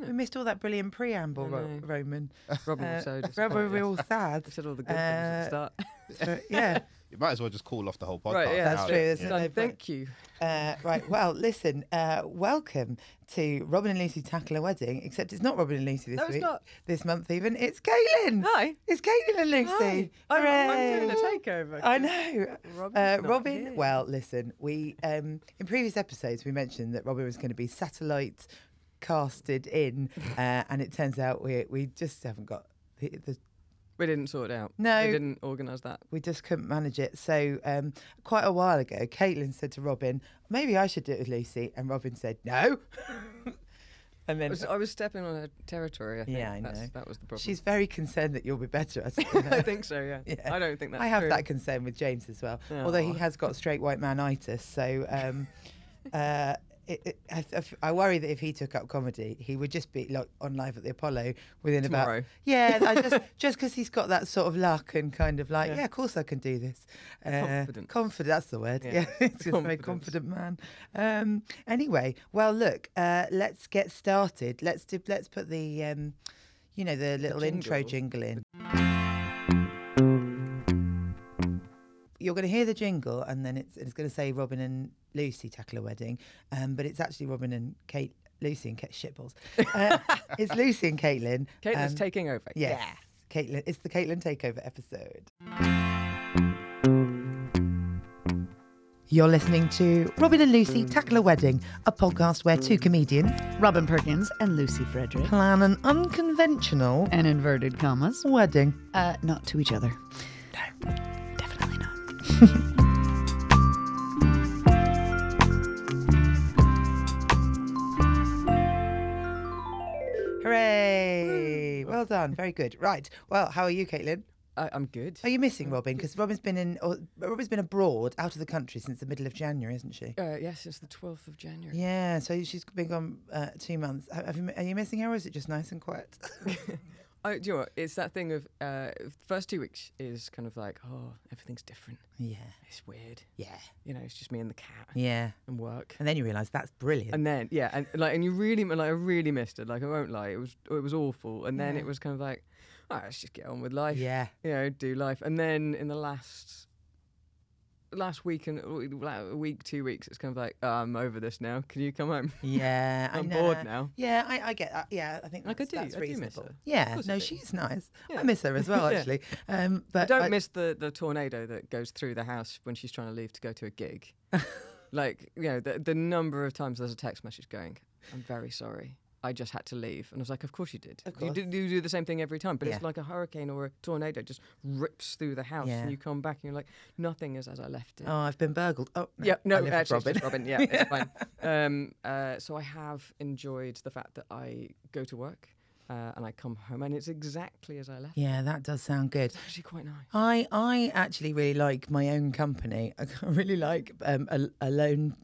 missed all that brilliant preamble, I Ro- know. Roman. Robin Uh, was so disappointed. Robin, we're all sad. I said all the good things Uh, at the start. So, yeah. You might as well just call off the whole podcast. Right, yeah, now. that's true, isn't Done. it? Thank you. Uh, right. Well, listen. Uh, welcome to Robin and Lucy tackle a wedding. Except it's not Robin and Lucy this No, it's week. not. This month, even it's Caitlin. Hi. It's Caitlin and Lucy. Hi. I'm, I'm doing Hooray. a takeover. I know. Robin's Uh, not Robin, here. well, listen, we um, in previous episodes we mentioned that Robin was going to be satellite casted in, uh, and it turns out we we just haven't got the, the We didn't sort it out. No. We didn't organise that. we just couldn't manage it. So um, quite a while ago, Caitlin said to Robin, "Maybe I should do it with Lucy," and Robin said, "No." and I then was, I was stepping on her territory, I think. Yeah, I That's- know. That was the problem. she's very concerned that you'll be better at it. you know? I think so, yeah. Yeah. I don't think that's I have true. that concern with James as well, although he Aw. has got straight white manitis. So um, uh, it, it, I, I f- I worry that if he took up comedy, he would just be like on live at the Apollo within Tomorrow. about yeah. I just just because he's got that sort of luck and kind of like yeah, Yeah. of course I can do this. Uh, Confidence. confident. That's the word. Yeah. Yeah, he's a very Confidence. confident man. Um, anyway, well look, uh, let's get started. Let's do, let's put the um, you know the little intro jingle. jingle in. you're going to hear the jingle and then it's, it's going to say Robin and Lucy tackle a wedding, um, but it's actually Robin and Kate, Lucy and Kate shitballs. Uh, it's Lucy and Caitlin. Caitlin's um, taking over. Yes. Caitlin, it's the Caitlin Takeover episode. You're listening to Robin and Lucy Tackle a Wedding, a podcast where two comedians Robin Perkins and Lucy Frederick. plan an unconventional And inverted commas. wedding. Uh, not to each other. No, definitely not. Hooray! Well done. Very good. Right. Well, how are you, Caitlin? I, I'm good. Are you Oh, missing Robin? Because Robin's been in, or, Robin's been abroad, out of the country since the middle of January, isn't she? Uh, yeah, since the 12th of January. Yeah. So she's been gone uh, two months. Ha- Have you, are you missing her, or is it just nice and quiet? I, Oh, do you know what? It's that thing of uh, first two weeks is kind of like, oh, everything's different. yeah. It's weird. Yeah. You know, it's just me and the cat Yeah. and work. And then you realise that's brilliant. And then yeah, and like and you really like I really missed it. Like I won't lie, it was it was awful. And then Yeah. it was kind of like, all right, let's just get on with life. yeah. You know, do life. And then in the last last week and like a week, two weeks, it's kind of like, oh, I'm over this now. Can you come home? Yeah. I I'm know. bored now. Yeah, I, I get that. Yeah, I think Like, that's, I do- that's I do miss reasonable. her. Of Yeah, course I no, do. she's nice. I Yeah. miss her as well, Yeah. actually. Um, but I don't I- miss the, the tornado that goes through the house when she's trying to leave to go to a gig. like, you know, the, the number of times there's a text message going, I'm very sorry. I just had to leave. And I was like, Of course you did. Of You, do, you do the same thing every time. But it's Yeah. like a hurricane or a tornado just rips through the house. Yeah. And you come back and you're like, Nothing is as I left it. Oh, I've been burgled. Oh, no, yeah, I no, live with actually, Robin. Robin. Robin. Yeah, it's fine. Um, uh, so I have enjoyed the fact that I go to work uh, and I come home and it's exactly as I left. Yeah, that does sound good. It's actually quite nice. I I actually really like my own company. I really like um, al- aloneness.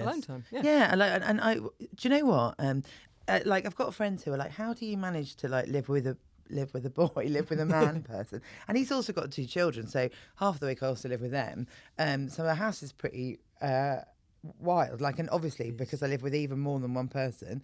Alone time. Yeah. Yeah, I like, and, and I, do you know what? Um, uh, like I've got friends who are like, how do you manage to like live with a live with a boy, live with a man person? And he's also got two children, so half the week I also live with them. Um, so our house is pretty uh, wild. Like, and obviously because I live with even more than one person.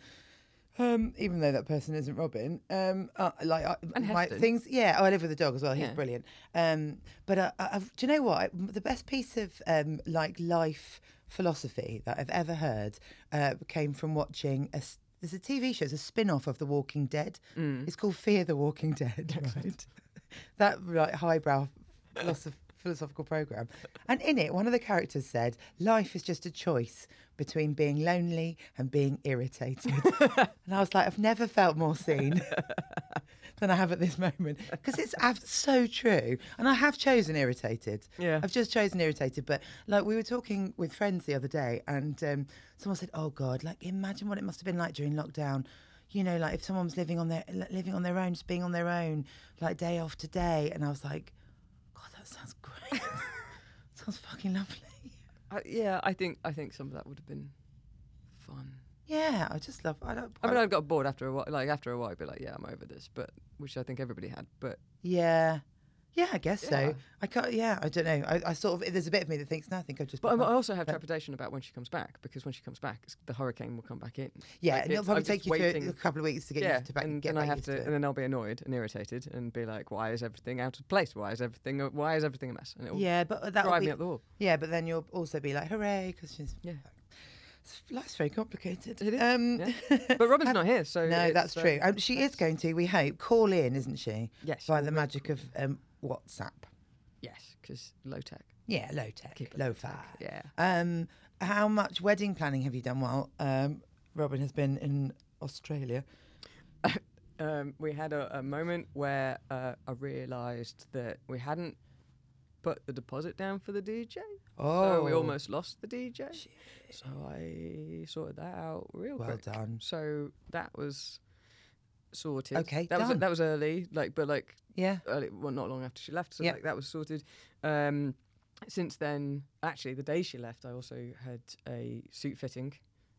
Um, even though that person isn't Robin, um, uh, like I, And my Heston. things, yeah. Oh, I live with a dog as well. He's Yeah. brilliant. Um, but I, I, I've, do you know what? I- The best piece of um, like life philosophy that I've ever heard uh, came from watching a. s- There's a TV show, it's a spin-off of The Walking Dead. Mm. It's called Fear the Walking Oh, Dead, right? that like highbrow philosoph- philosophical program. And in it, one of the characters said, "Life is just a choice between being lonely and being irritated." and I was like, "I've never felt more seen." than I have at this moment because it's ab- so true. And I have chosen irritated. Yeah. I've just chosen irritated. But like we were talking with friends the other day, and um, someone said, "Oh God, like imagine what it must have been like during lockdown." You know, like if someone was living on their li- living on their own, just being on their own, like day after day. And I was like, God, that sounds great. sounds fucking lovely. I, yeah, I think I think some of that would have been fun. Yeah, I just love. I don't. I mean, I got bored after a while. Like after a while, I'd be like, yeah, I'm over this. But which I think everybody had. But yeah. Yeah, I guess Yeah. so. I can't. Yeah, I don't know. I, I sort of there's a bit of me that thinks no, I think I've just. But I I become- also have But- trepidation about when she comes back because when she comes back, it's- the hurricane will come back in. yeah, like, and it'll it's- probably I'm just take you through a waiting- couple of weeks to get yeah, used to back. and get then I back have used to, to, it. and then I'll be annoyed and irritated and be like, "Why is everything out of place? Why is everything? Why is everything a mess?" And it'll yeah, but that'll drive be. me up the wall. Yeah, but then you'll also be like, hooray, because she's. Yeah. It's- Life's very complicated. It is, Um, But Robin's not here, so no, it's, that's uh, true. Um, she is that's- going to, we hope, call in, isn't she? Yes, By the magic of um, WhatsApp. yes, because low tech. Yeah, low tech, Keep it low low fi. Yeah. Um, how much wedding planning have you done while um, Robin has been in Australia? um, we had a, a moment where uh, I realised that we hadn't put the deposit down for the DJ. Oh, So we almost lost the DJ. So I sorted that out real Well quick. done. So that was sorted. Okay, that was done. that was early, like, but like Yeah. early, well, not long after she left. So Yep. like that was sorted. Um, since then, actually, the day she left, I also had a suit fitting.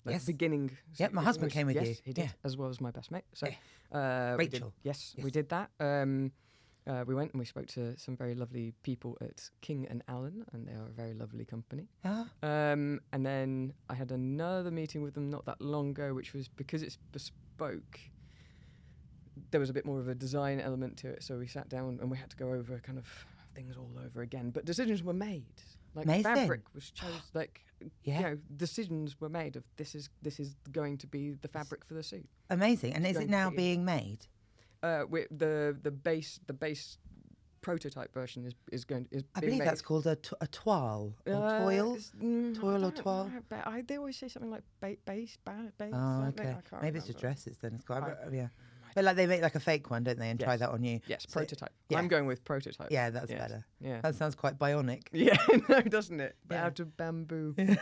Like Yes. beginning. suit my fitting, husband which- came with yes, you. He did, Yeah. as well as my best mate. So, Yeah. uh, we did- Rachel. yes, we Yes. did that. Um, uh, we went and we spoke to some very lovely people at King and Allen, and they are a very lovely company. Ah, Um, and then I had another meeting with them not that long ago, which was because it's bespoke. There was a bit more of a design element to it, so we sat down and we had to go over kind of things all over again. But decisions were made. Like Amazing. fabric was chosen. Like yeah. you know, decisions were made of this is this is going to be the fabric for the suit. Amazing. And is going it to now be- being made? Uh, we, the the base the base prototype version is is going is I being believe made. that's called a, to- a toile or Uh, toil. it's- mm, I Toil or don't toile? know, but I, they always say something like ba- base, ba- base. Oh, something, okay. I can't Maybe it's just remember. dresses then. It's quite, I- uh, yeah. But like they make like a fake one, don't they, and try Yes. that on you? Yes, So- prototype. yeah. I'm going with prototype. Yeah, that's Yes. better. Yeah. That sounds quite bionic. yeah, no, doesn't it? But Yeah. Out of bamboo. Um,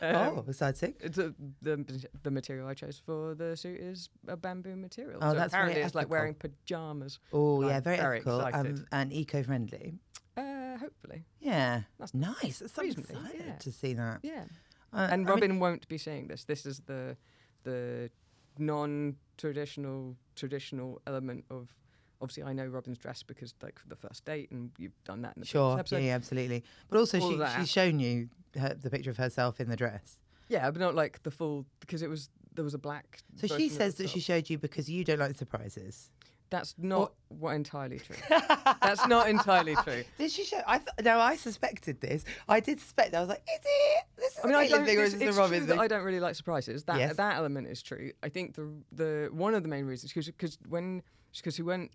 oh, exciting. it's a- the the material I chose for the suit is a bamboo material. Oh, so that's very apparently it's like ethical. wearing pajamas. Oh, I'm yeah, very, very ethical excited. um, and eco friendly. Uh, hopefully, Yeah. That's nice. It's so reasonably, excited yeah. to see that. yeah. Uh, and I mean, Robin won't be seeing this. This is the the non-traditional traditional element of. Obviously, I know Robin's dress because like for the first date, and you've done that in the previous sure. Yeah, episode. yeah, absolutely. But also, All she, that. she's shown you her, the picture of herself in the dress. Yeah, but not like the full because it was there was a black. So she version of says that itself. she showed you because you don't like surprises. That's not what entirely true. That's not entirely true. Did she show? I th- no, I suspected this. I did suspect. I was like, is it? This is I mean, a I Caitlin don't. thing or It's, is this a it's Robin true that thing? I don't really like surprises. That Yes. that element is true. I think the the one of the main reasons because when because she went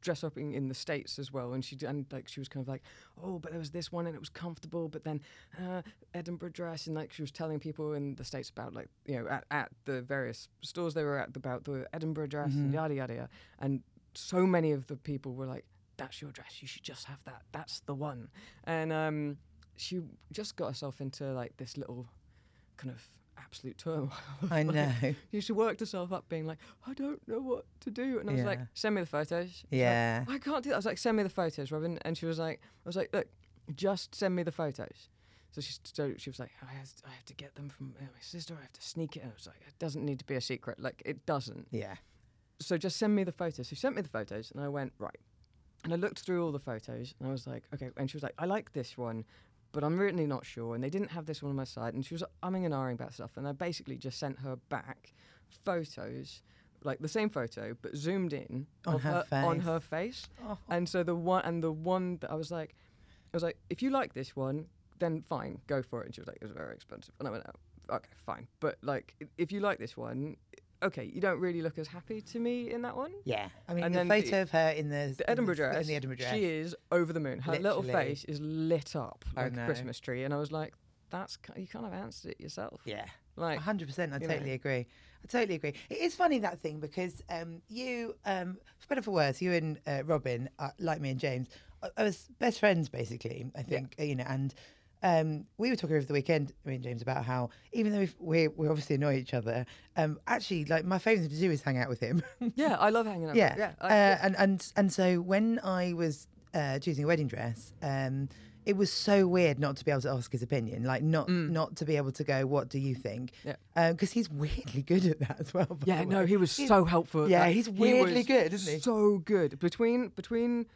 dress up in, in the states as well, and she d- and like she was kind of like, oh, but there was this one and it was comfortable, but then uh, Edinburgh dress and like she was telling people in the states about like you know at, at the various stores they were at about the Edinburgh dress and yada yada yada, and so many of the people were like, that's your dress, you should just have that, that's the one, and um, she just got herself into like this little kind of absolute turmoil. of, I like, know. she- She worked herself up being like, I don't know what to do. And I was like, Yeah. send me the photos. She's like, Yeah. I can't do that. I was like, send me the photos, Robin. And she was like, I was like, look, just send me the photos. So she, so she was like, I have, I have to get them from uh, my sister. I have to sneak it. And I was like, it doesn't need to be a secret. Like, it doesn't Yeah. so just send me the photos. So she sent me the photos, and I went right. And I looked through all the photos, and I was like, okay. And she was like, I like this one, but I'm really not sure. And they didn't have this one on my side, and she was umming and ahhing about stuff. And I basically just sent her back photos, like the same photo, but zoomed in On of her on face. her face. Oh. And so the one and the one that I was like, I was like, if you like this one, then fine, go for it. And she was like, it was very expensive. And I went, oh, okay, fine. But like, i- if you like this one, okay, you don't really look as happy to me in that one. Yeah. I mean, And the then the- photo of her in the, The Edinburgh in the, dress. In the Edinburgh dress. She is over the moon. Her little Literally. face is lit up I like know. a Christmas tree. And I was like, that's ki- you kind of answered it yourself. Yeah. Like, hundred percent. I you know. totally agree. I totally agree. It is funny that thing because um, you, um, for better or for worse, you and uh, Robin, uh, like me and James, I, I was best friends basically. I think you know, and um, we were talking over the weekend, me and James, about how even though we've, we we obviously annoy each other, um, actually, like my favourite thing to do is hang out with him. yeah, I love hanging out. with- Yeah. yeah. uh, I- yeah. And and and so when I was uh, choosing a wedding dress, um, it was so weird not to be able to ask his opinion, like not not to be able to go, "What do you think?" Mm. Yeah. Because he's weirdly good at that as well. by Yeah, the no, way. he was so helpful. at Yeah, that. he's He weirdly was good, isn't he? So good between between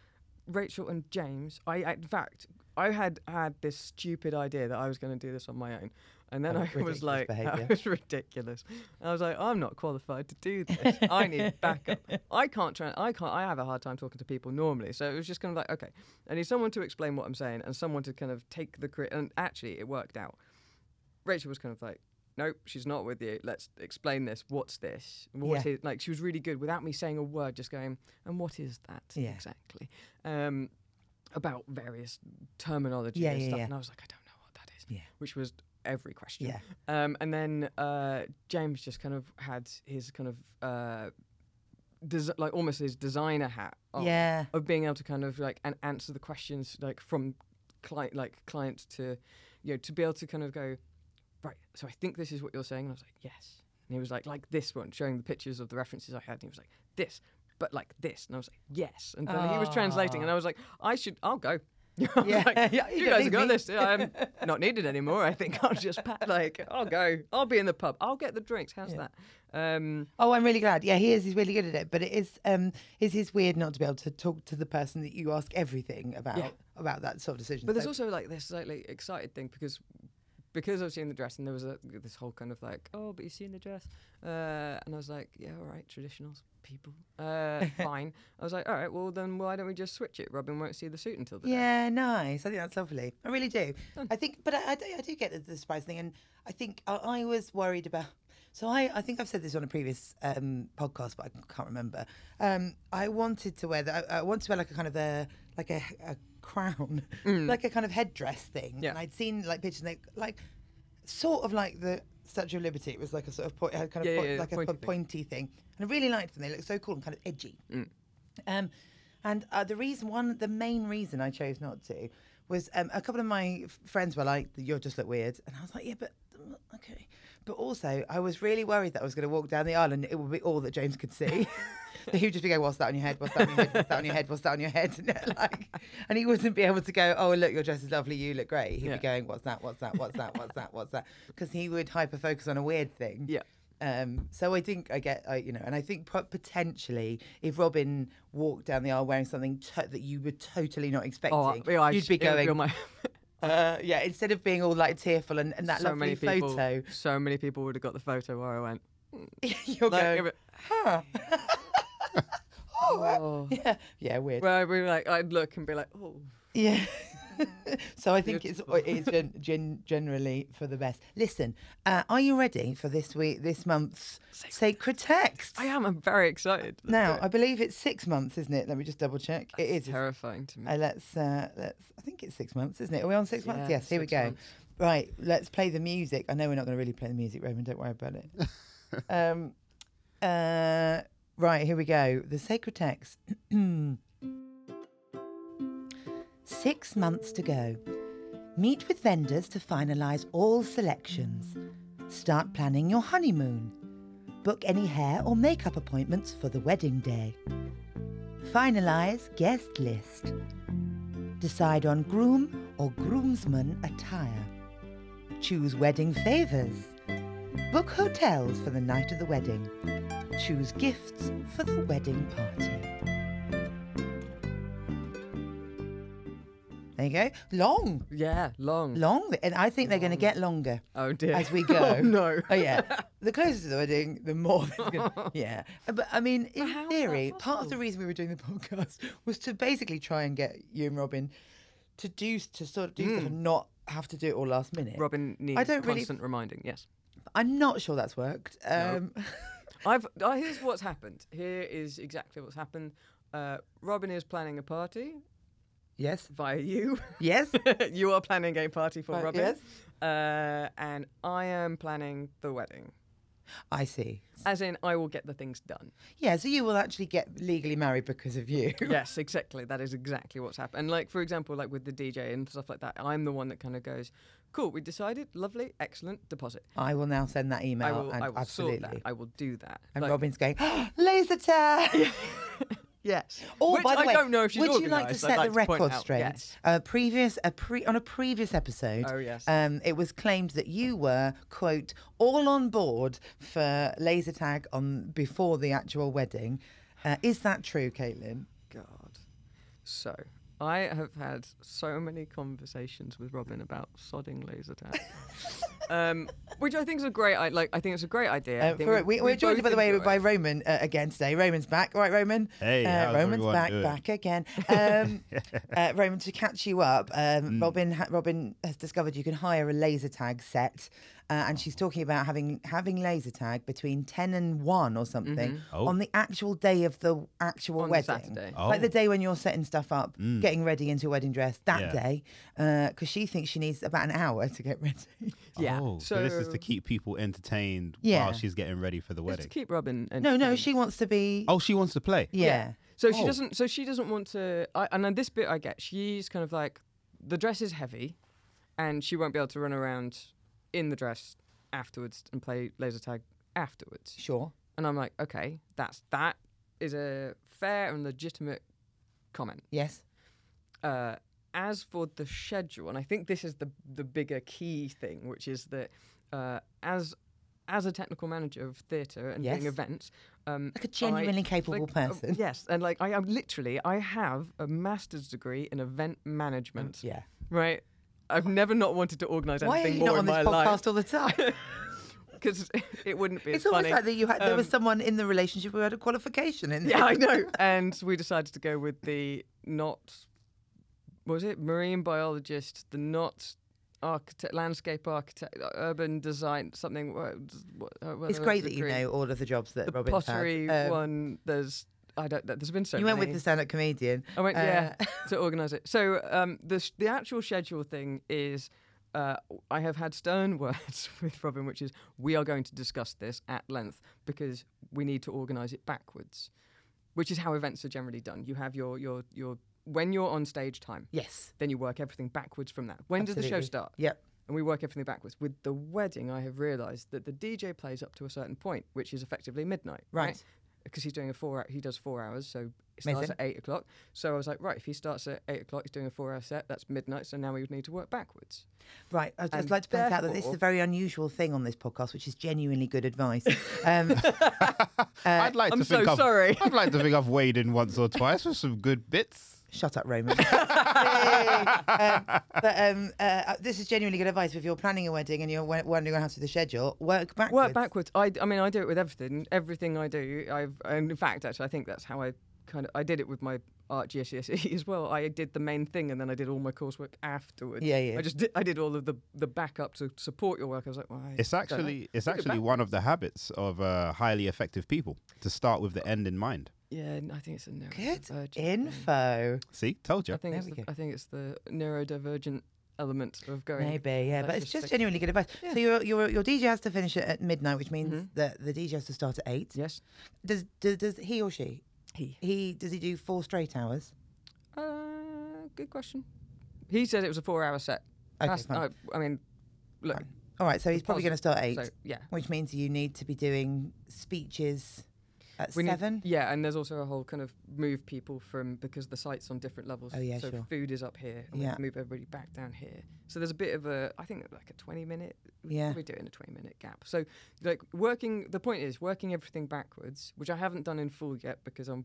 Rachel and James, I in fact I had had this stupid idea that I was going to do this on my own, and then Oh, I was ridiculous like, behaviour. that was ridiculous. And I was like, I'm not qualified to do this. I need backup. I can't try. I can't. I have a hard time talking to people normally, so it was just kind of like, okay, I need someone to explain what I'm saying and someone to kind of take the credit. And actually, it worked out. Rachel was kind of like. Nope, she's not with you. Let's explain this. What's this? What Yeah. is-" like? She was really good without me saying a word, just going, and what is that Yeah. exactly? Um, about various terminology Yeah, and yeah, stuff. yeah. And I was like, I don't know what that is. Yeah. Which was every question. Yeah. Um, and then uh, James just kind of had his kind of uh, des- like almost his designer hat on Yeah. of being able to kind of like and answer the questions like from client like client to you know to be able to kind of go right so i think this is what you're saying and i was like yes and he was like like this one showing the pictures of the references i had and he was like this but like this and i was like yes and then he was translating and i was like i should i'll go I was Yeah. like, Yeah, you you don't guys need have got me." this i'm not needed anymore i think i'll just pa- like i'll go i'll be in the pub i'll get the drinks how's that um Oh, I'm really glad. Yeah, he is. He's really good at it. But it is um it is weird not to be able to talk to the person that you ask everything about about that sort of decision. But there's So- also like this slightly excited thing because because I was seeing the dress and there was a, this whole kind of like, oh, but you've seen the dress, uh, and I was like, yeah, all right, traditionals, people, uh, fine. I was like, all right, well then, why don't we just switch it? Robin won't see the suit until the day. Yeah, nice. I think that's lovely. I really do. I think, but I, I, do, I do get the, the surprise thing, and I think I, I was worried about. So I, I think I've said this on a previous um, podcast, but I can't remember. Um, I wanted to wear that. I, I wanted to wear like a kind of a like a, a crown, like a kind of headdress thing. Mm. Yeah. And I'd seen like pictures, and they like sort of like the Statue of Liberty. It was like a sort of point, had kind of Yeah, point, yeah, yeah, like a pointy po- thing. pointy thing, and I really liked them. They looked so cool and kind of edgy. Um, and uh, the reason, one, the main reason I chose not to was um, a couple of my f- friends were like, "You just look weird," and I was like, "Yeah, but mm, okay." But also, I was really worried that I was going to walk down the aisle and it would be all that James could see. That he would just be going, "What's that on your head? What's that on your head? What's that on your head? What's that on your head?" And, like, and he wouldn't be able to go, "Oh, look, your dress is lovely. You look great." He'd Yeah. be going, "What's that? What's that? What's that? What's that? What's that?" Because he would hyper focus on a weird thing. Yeah. Um, so I think I get, I, you know, and I think po- potentially if Robin walked down the aisle wearing something to- that you were totally not expecting, Oh, I- yeah, I you'd sh- be it would going, on my- uh, yeah, instead of being all like tearful and, and that so lovely many people, photo, so many people would have got the photo where I went. you're Like, going, it was- oh, uh, yeah, yeah, weird. where I'd be like, I'd look and be like, oh, Yeah. so I think it's it's gen- gen- generally for the best. Listen, uh, are you ready for this week, this month's sacred, text? I am. I'm very excited. Let's now, do I believe it's six months, isn't it? Let me just double check. it it is. is terrifying to me. Uh, let's uh, let's. I think it's six months, isn't it? Are we on six months? Yeah, Yes. Here we six go. months. Right. Let's play the music. I know we're not going to really play the music, Roman. Don't worry about it. um, uh, right. Here we go. The sacred text. six months to go. Meet with vendors to finalise all selections. Start planning your honeymoon. Book any hair or makeup appointments for the wedding day. Finalise guest list. Decide on groom or groomsman attire. Choose wedding favours. Book hotels for the night of the wedding. Choose gifts for the wedding party. There you go. Long, Yeah, long. long. And I think they're going to get longer Oh dear. as we go. oh no. Oh yeah. The closer to the wedding, the more. it's gonna- yeah. But I mean, in how is that theory, part of the possible? reason we were doing the podcast was to basically try and get you and Robin to do to sort of do Hmm. stuff and not have to do it all last minute. Robin needs don't really- constant reminding. Yes. I'm not sure that's worked. Um, I've uh, here's what's happened. Here is exactly what's happened. Uh, Robin is planning a party yes. via you. Yes. you are planning a party for Right, Robin. yes. Uh, and I am planning the wedding. I see. As in, I will get the things done. Yeah. So you will actually get legally married because of you. yes, exactly. That is exactly what's happened. And like, for example, like with the DJ and stuff like that, I'm the one that kind of goes, "Cool, we decided. Lovely, excellent. Deposit. I will now send that email. I will. and I will absolutely. sort that. I will do that." and Like- Robin's going laser tag. Yes. Oh, Which by the I way, don't know if she's would you like to organised, set I'd the like to point record out. straight? Yes. A previous, a pre, on a previous episode, Oh, yes. um, it was claimed that you were quote all on board for laser tag on before the actual wedding. Uh, is that true, Caitlin? God. So I have had so many conversations with Robin about sodding laser tag. Um, which I think is a great, I like. I think it's a great idea. I Uh, think for, we, we're joined, both by the way, enjoy by it. Roman uh, again today. Roman's back, right, Roman? Hey, uh, how's Roman's everyone back, doing? back again. Um, uh, Roman, to catch you up, um, Mm. Robin, ha- Robin has discovered you can hire a laser tag set, uh, and Oh. she's talking about having having laser tag between ten and one or something Oh. on the actual day of the actual Mm-hmm. On the wedding, Saturday. like the Oh. Mm. day when you're setting stuff up, getting ready into your wedding dress that Yeah. day, because she thinks she needs about an hour to get ready. Yeah. Oh, so, this is to keep people entertained Yeah. while she's getting ready for the it's to wedding. keep Robin. no, no, entertained. she wants to be. Oh, she wants to play. yeah. So she Oh. doesn't. So she doesn't want to. I, and then this bit I get. She's kind of like, the dress is heavy, and she won't be able to run around in the dress afterwards and play laser tag afterwards. Sure. And I'm like, okay, that's that is a fair and legitimate comment. Yes. Uh, as for the schedule, and I think this is the the bigger key thing, which is that uh, as as a technical manager of theatre and doing Yes. events, um, Like a I- genuinely capable uh, person. yes, and like I am literally, I have a master's degree in event management. Mm, Yeah. Right. I've never not wanted to organise Why are anything you more not on in this my podcast life all the time? because it wouldn't be. as it's almost funny. like that you had, there was Um, someone in the relationship who had a qualification in Yeah, I there. know. and we decided to go with the not, what was it marine biologist, the not architect, landscape architect, uh, urban design, something. wha- what- uh, what It's other great that you degree? know all of the jobs that the Robin pottery had. Um, one. There's I don't. There's been so. you went with many. the stand-up comedian. I went Uh, yeah to organise it. So um, the sh- the actual schedule thing is. Uh, I have had stern words with Robin, which is we are going to discuss this at length because we need to organise it backwards, which is how events are generally done. You have your your your when you're on stage time, Yes. then you work everything backwards from that. When does the show absolutely. start? Yep. and we work everything backwards. With the wedding, I have realised that the DJ plays up to a certain point, which is effectively midnight. Right. Because he's doing a four, he does four hours, so it starts Amazing. at eight o'clock. So I was like, right, if he starts at eight o'clock, he's doing a four-hour set. That's midnight, so now we would need to work backwards. Right. I'd just And like to point out that this is a therefore- very unusual thing on this podcast, which is genuinely good advice. Um, I'd like I'm to think so I've, sorry. I'd like to think I've weighed in once or twice with some good bits. Shut up, Roman. Yay. Um, but um, uh, uh, this is genuinely good advice. If you're planning a wedding and you're w- wondering how to do the schedule, work backwards. Work backwards. I, I mean, I do it with everything. Everything I do, I've, and in fact, actually, I think that's how I kind of I did it with my art GCSE as well. I did the main thing, and then I did all my coursework afterwards. Yeah, yeah. I just did, I did all of the the backup to support your work. I was like, well, I It's don't know. actually it's Think actually about- one of the habits of uh, highly effective people to start with the end in mind. Yeah, n- I think it's a neurodivergent. Good thing. info. See, told I you. think There it's we the, go. I think it's the neurodivergent element of going. Maybe, yeah, but it's That's just just like- genuinely good advice. So your, your your DJ has to finish it at midnight, which means Mhm. that the DJ has to start at eight. Yes. Does, does does he or she He. he does he do four straight hours? Uh, good question. He said it was a four-hour set. Okay, That's- fine. I, I mean, look. Fine. All right, so he's it's probably going to start at eight, So yeah, which means you need to be doing speeches at need- seven. yeah, and there's also a whole kind of move people from because the site's on different levels. Oh, yeah, so sure. food is up here, and we have Yeah. to move everybody back down here. So there's a bit of a, I think like a 20 minute. We Yeah. probably do it in a 20 minute gap. So like working, the point is working everything backwards, which I haven't done in full yet because I'm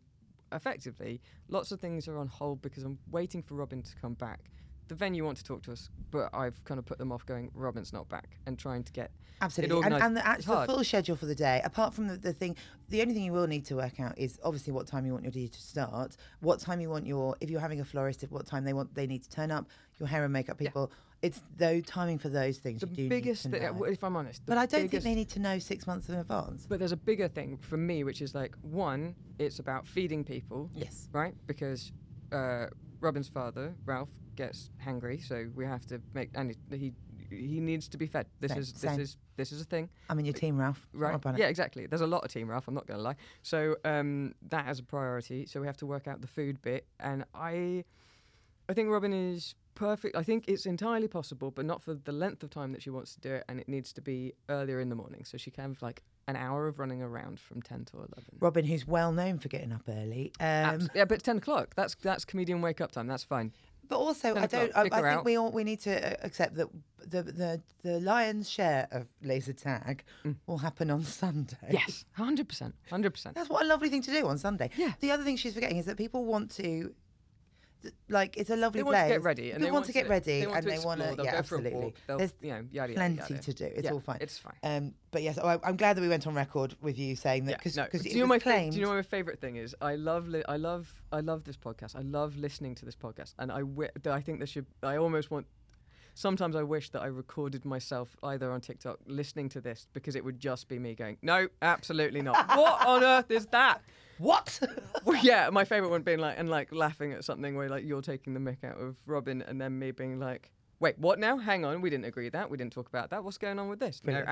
effectively lots of things are on hold because I'm waiting for Robin to come back. The venue want to talk to us, but I've kind of put them off going, Robin's not back, and trying to get Absolutely. And, organised. and the, It's actual hard. full schedule for the day, apart from the, the thing, the only thing you will need to work out is obviously what time you want your DJ to start, what time you want your, if you're having a florist, at what time they want, they need to turn up, your hair and makeup people. It's though timing for those things. the you do need biggest to thing, know. if I'm honest. the but I don't think biggest they need to know six months in advance. But there's a bigger thing for me, which is like one, it's about feeding people, Yes. right? Because uh, Robin's father, Ralph, gets hangry, so we have to make and he he needs to be fed. This Same, is this same. is this is a thing, I'm in your team, Ralph. Don't worry right? about it. Yeah, exactly. There's a lot of team Ralph. I'm not going to lie. So um, that as a priority. So we have to work out the food bit, and I I think Robin is perfect. I think it's entirely possible, but not for the length of time that she wants to do it, and it needs to be earlier in the morning. So she can have like an hour of running around from ten to eleven. Robin, who's well known for getting up early. Um, Abs- yeah, but ten o'clock. That's that's comedian wake up time. That's fine. But also, Ten I don't. o'clock, I, I pick think her out. we all we need to uh, accept that the the the lion's share of laser tag will happen on Sunday. Mm. Yes, hundred percent, hundred percent. That's what a lovely thing to do on Sunday. Yeah. The other thing she's forgetting is that people want to like it's a lovely They place. want to get ready, and People they want to get ready, they want and to they want explore, to. they'll Yeah, go for a walk, absolutely. they'll- There's you know, yada, yada, plenty yada. to do. It's Yeah, all fine. It's fine. Um, but yes, I, I'm glad that we went on record with you saying that because no. because do it you know was my fa- claimed. do you know what my favorite thing is? I love li- I love I love this podcast. I love listening to this podcast, and I wi- th- I think there should I almost want. Sometimes I wish that I recorded myself either on TikTok listening to this because it would just be me going, no, absolutely not. what on earth is that? what? Well, yeah, my favorite one being like and like laughing at something where like you're taking the mick out of Robin, and then me being like. Wait, what now? Hang on, we didn't agree that. We didn't talk about that. What's going on with this? Brilliant. No,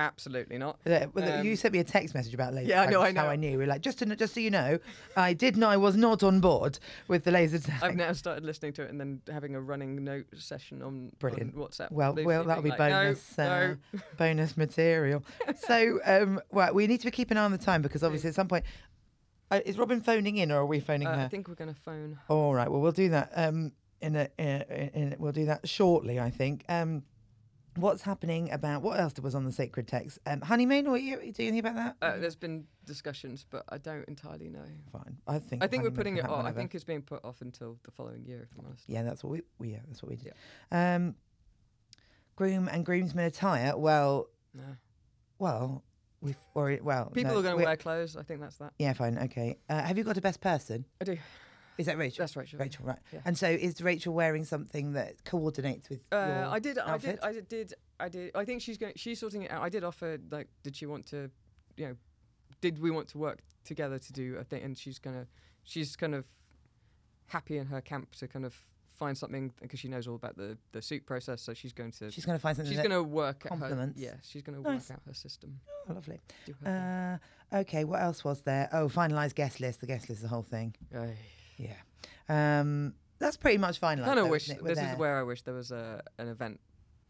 absolutely not. That- well, that- Um, you sent me a text message about laser. Yeah, I tag, know, which I is How know. I knew. We We're like, just to, kn- just so you know, I did know I was not on board with the laser tag. I've now started listening to it and then having a running note session on, Brilliant. on WhatsApp. Well, Lucy well, that'll be being like, "No, bonus, uh, no." bonus material. So, um, well, we need to keep an eye on the time because obviously at some point, uh, is Robin phoning in or are we phoning Uh, her? I think we're going to phone. All right. Well, we'll do that. Um, in a, in, in, we'll do that shortly, I think. Um, what's happening about what else was on the sacred text? Um, honeymoon. What you do you think about that? Uh, there's been discussions, but I don't entirely know. Fine. I think. I think we're honeymoon putting can it happen off. I whenever. think it's being put off until the following year, if I'm honest. Yeah, that's what we. we- Yeah, that's what we did. Um, groom and groomsmen attire. Well, No. well, we've already. Well, People no, are going to we're- wear clothes. I think that's that. Yeah, fine. Okay. Uh, have you got a best person? I do. Is that Rachel? That's Rachel. Rachel, right. Yeah. And so is Rachel wearing something that coordinates with Uh, your I did. I did. outfit? I did. did- I did. I think she's going. She's sorting it out. I did offer. Like, did she want to? You know, did we want to work together to do a thing? And she's gonna. She's kind of happy in her camp to kind of find something because she knows all about the the suit process. So she's going to. She's, She's going to find something. that- going to work. at her- complements. yeah, she's going to Nice. work out her system. Oh, lovely. Do her Uh, okay, what else was there? Oh, finalised guest list. The guest list, the whole thing. thing. Yeah. Um, that's pretty much finalised. kind of though, wish isn't it? this We're is there. where I wish there was a an event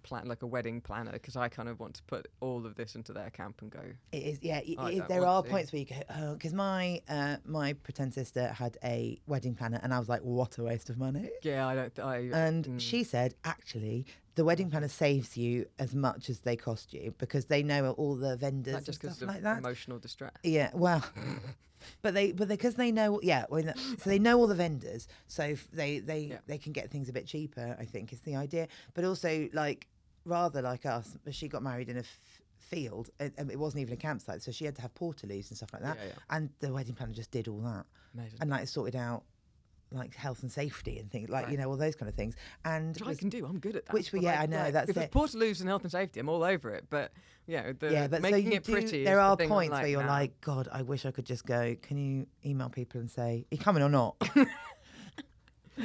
plan like a wedding planner because I kind of want to put all of this into their camp and go. It is, yeah. It, I like it- that there one are too. points where you go, because my uh, my pretend sister had a wedding planner, and I was like, what a waste of money. Yeah, I don't. th- I And mm. she said, actually, the wedding planner saves you as much as they cost you because they know all the vendors Not just and because stuff of like that. emotional distress. Yeah, well, but they but because they know yeah, well, that- so they know all the vendors, so f- they they Yeah. they can get things a bit cheaper. I think is the idea, but also like rather like us, she got married in a f- field, and, and it wasn't even a campsite, so she had to have portaloos and stuff like that, Yeah, yeah. and the wedding planner just did all that Amazing. and like sorted out like health and safety and things like you know all those kind of things, and which I was- can do. I'm good at that. which we- But, yeah, like, I know, like, that's if it. it's Portaloos and health and safety, I'm all over it. But yeah, the yeah, but uh, making so you it do, pretty. There is are the thing I'm points where you're nah. like, God, I wish I could just go. Can you email people and say, "Are you coming or not?"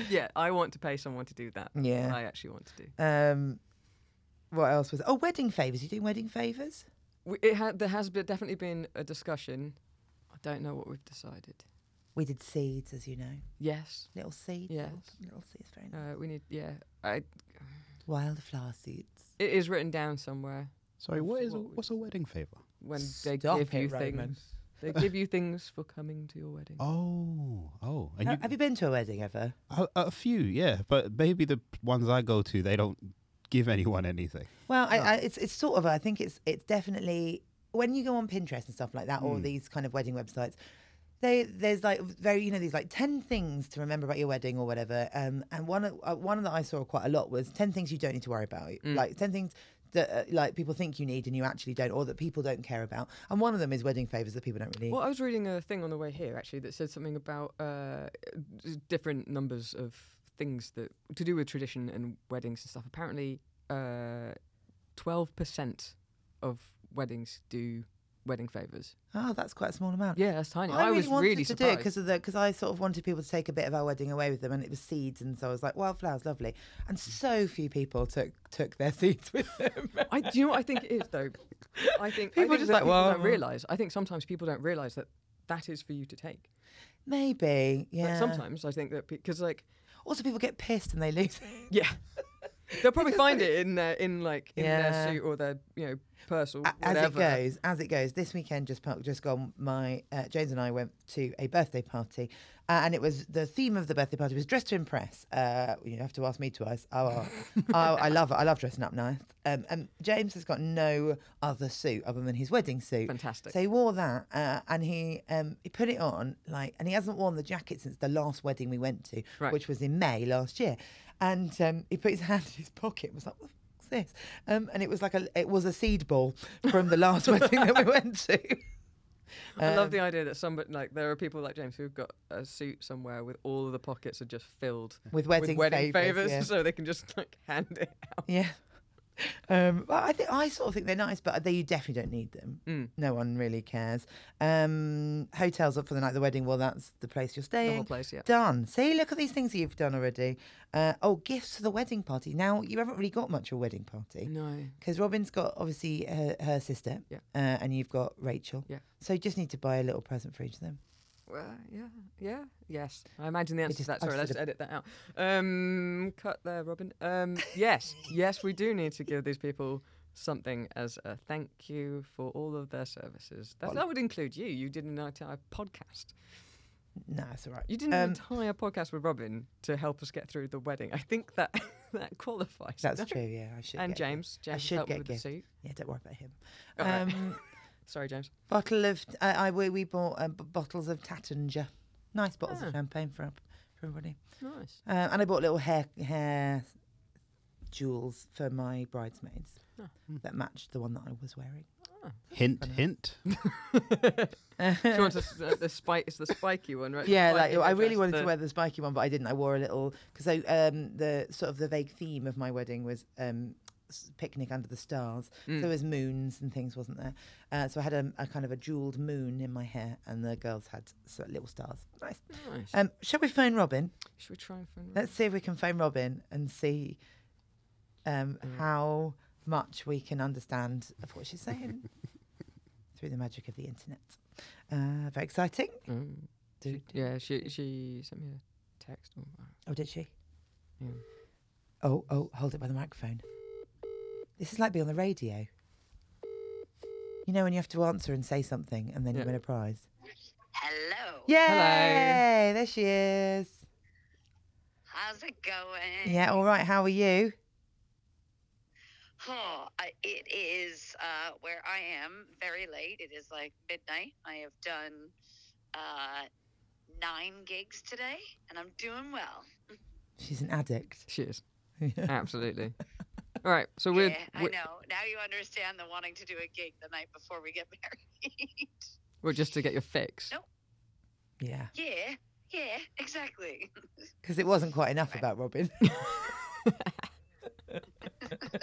yeah, I want to pay someone to do that. That's what Yeah. I actually want to do. Um, what else was? Oh, wedding favors. You doing wedding favors? We, it ha- there has been, definitely been a discussion. I don't know what we've decided. We did seeds, as you know, Yes, little seeds. yes. Little seeds, very nice. Uh, we need. Yeah, I, Wildflower seeds. it is written down somewhere Sorry, what is a, What we- what's a wedding favor? when they Stop give it, you Roman. things. They give you things for coming to your wedding. Oh, oh, and Now, Uh, you, have you been to a wedding ever? a, a few, yeah, but maybe the ones I go to, they don't give anyone anything. Well, I, I, it's it's sort of. I think it's it's definitely when you go on Pinterest and stuff like that, or these kind of wedding websites. They, there's like very you know these like ten things to remember about your wedding or whatever. Um, and one of- uh, one that I saw quite a lot was ten things you don't need to worry about, like ten things that uh, like people think you need and you actually don't, or that people don't care about. And one of them is wedding favors that people don't really. Well, I was reading a thing on the way here actually that said something about uh, d- different numbers of things that to do with tradition and weddings and stuff. Apparently, uh, twelve percent of weddings do wedding favors. Oh, that's quite a small amount. Yeah, that's tiny. I, really was wanted really to do it surprised. because of the because I sort of wanted people to take a bit of our wedding away with them, and it was seeds, and so I was like, wildflowers, lovely. And Mm. so few people took took their seeds with them. I, do you know what I think it is though? I think People I think just that like, people well- don't realize. I think sometimes people don't realize that that is for you to take. Maybe, Like, yeah. sometimes I think that because like Also, people get pissed and they lose. yeah. They'll probably find it in their in like in Yeah. their suit or their you know Purcell, A- as it whatever. goes, as it goes, this weekend just pa- just gone. My uh, James and I went to a birthday party, uh, and it was the theme of the birthday party was dress to impress. Uh, you have to ask me twice. Oh, oh, oh, I love it. I love dressing up nice. Um, and James has got no other suit other than his wedding suit. Fantastic. So he wore that, uh, and he um, he put it on like, and he hasn't worn the jacket since the last wedding we went to, Right. which was in May last year. And um, he put his hand in his pocket and was like, "What the fuck's this?" Um, and it was like a it was a seed ball from the last wedding that we went to. I Um, love the idea that somebody like there are people like James who've got a suit somewhere with all of the pockets are just filled With wedding, with wedding favours, favors, yeah. so they can just like hand it out. Yeah. Um, well, I think I sort of think they're nice, but they you definitely don't need them. Mm. No one really cares. Um, hotels up for the night of the wedding. Well, that's the place you're staying. place, yeah. Done. See, look at these things that you've done already. Uh, oh, gifts to the wedding party. Now you haven't really got much of a wedding party No. because Robin's got obviously her, her sister, Yeah. uh, and you've got Rachel. Yeah. So you just need to buy a little present for each of them. Well, yeah, yeah, yes. I imagine the answer just- to that. I Sorry, just let's edit that out. Um, cut there, Robin. Um, yes, yes, we do need to give these people something as a thank you for all of their services. That, that would include you. You did an entire podcast. No, that's all right. You did an Um, entire podcast with Robin to help us get through the wedding. I think that that qualifies. That's no? true. Yeah, I should. And get a gift. James, James should helped get with gifts. the suit. Yeah, don't worry about him. All right. Um, Sorry, James. Bottle of I, I we, we bought um, b- bottles of Tattinger, nice bottles Ah. of champagne for, up- for everybody. Nice. Uh, and I bought little hair hair jewels for my bridesmaids Ah. that matched the one that I was wearing. Hint, hint. She wants a, the, the spike. It's the spiky one, right? The yeah, like spiky I red really dress, wanted the- to wear the spiky one, but I didn't. I wore a little because I um the sort of the vague theme of my wedding was um s- picnic under the stars. So Mm. there was moons and things, wasn't there? Uh, so I had a, a kind of a jeweled moon in my hair, and the girls had sort of little stars. Nice. Nice. Um, shall we phone Robin? Should we try and find? Robin? Let's see if we can phone Robin and see um, how much we can understand of what she's saying through the magic of the internet. Uh, very exciting. Um, Do- she- yeah, she she sent me a text. Oh, wow. Oh, did she? Yeah. Oh, oh, hold it by the microphone. This is like being on the radio. You know when you have to answer and say something and then you Yeah. win a prize. Hello. Yay! There she is. How's it going? Yeah, all right. How are you? Oh, I- it is uh, where I am very late. It is like midnight. I have done uh, nine gigs today and I'm doing well. She's an addict. She is Uh, absolutely. All right, so we're, yeah, I we're know. Now you understand the wanting to do a gig the night before we get married. we're just to get your fix. Nope. yeah, yeah, yeah, exactly. because it wasn't quite enough about Robin.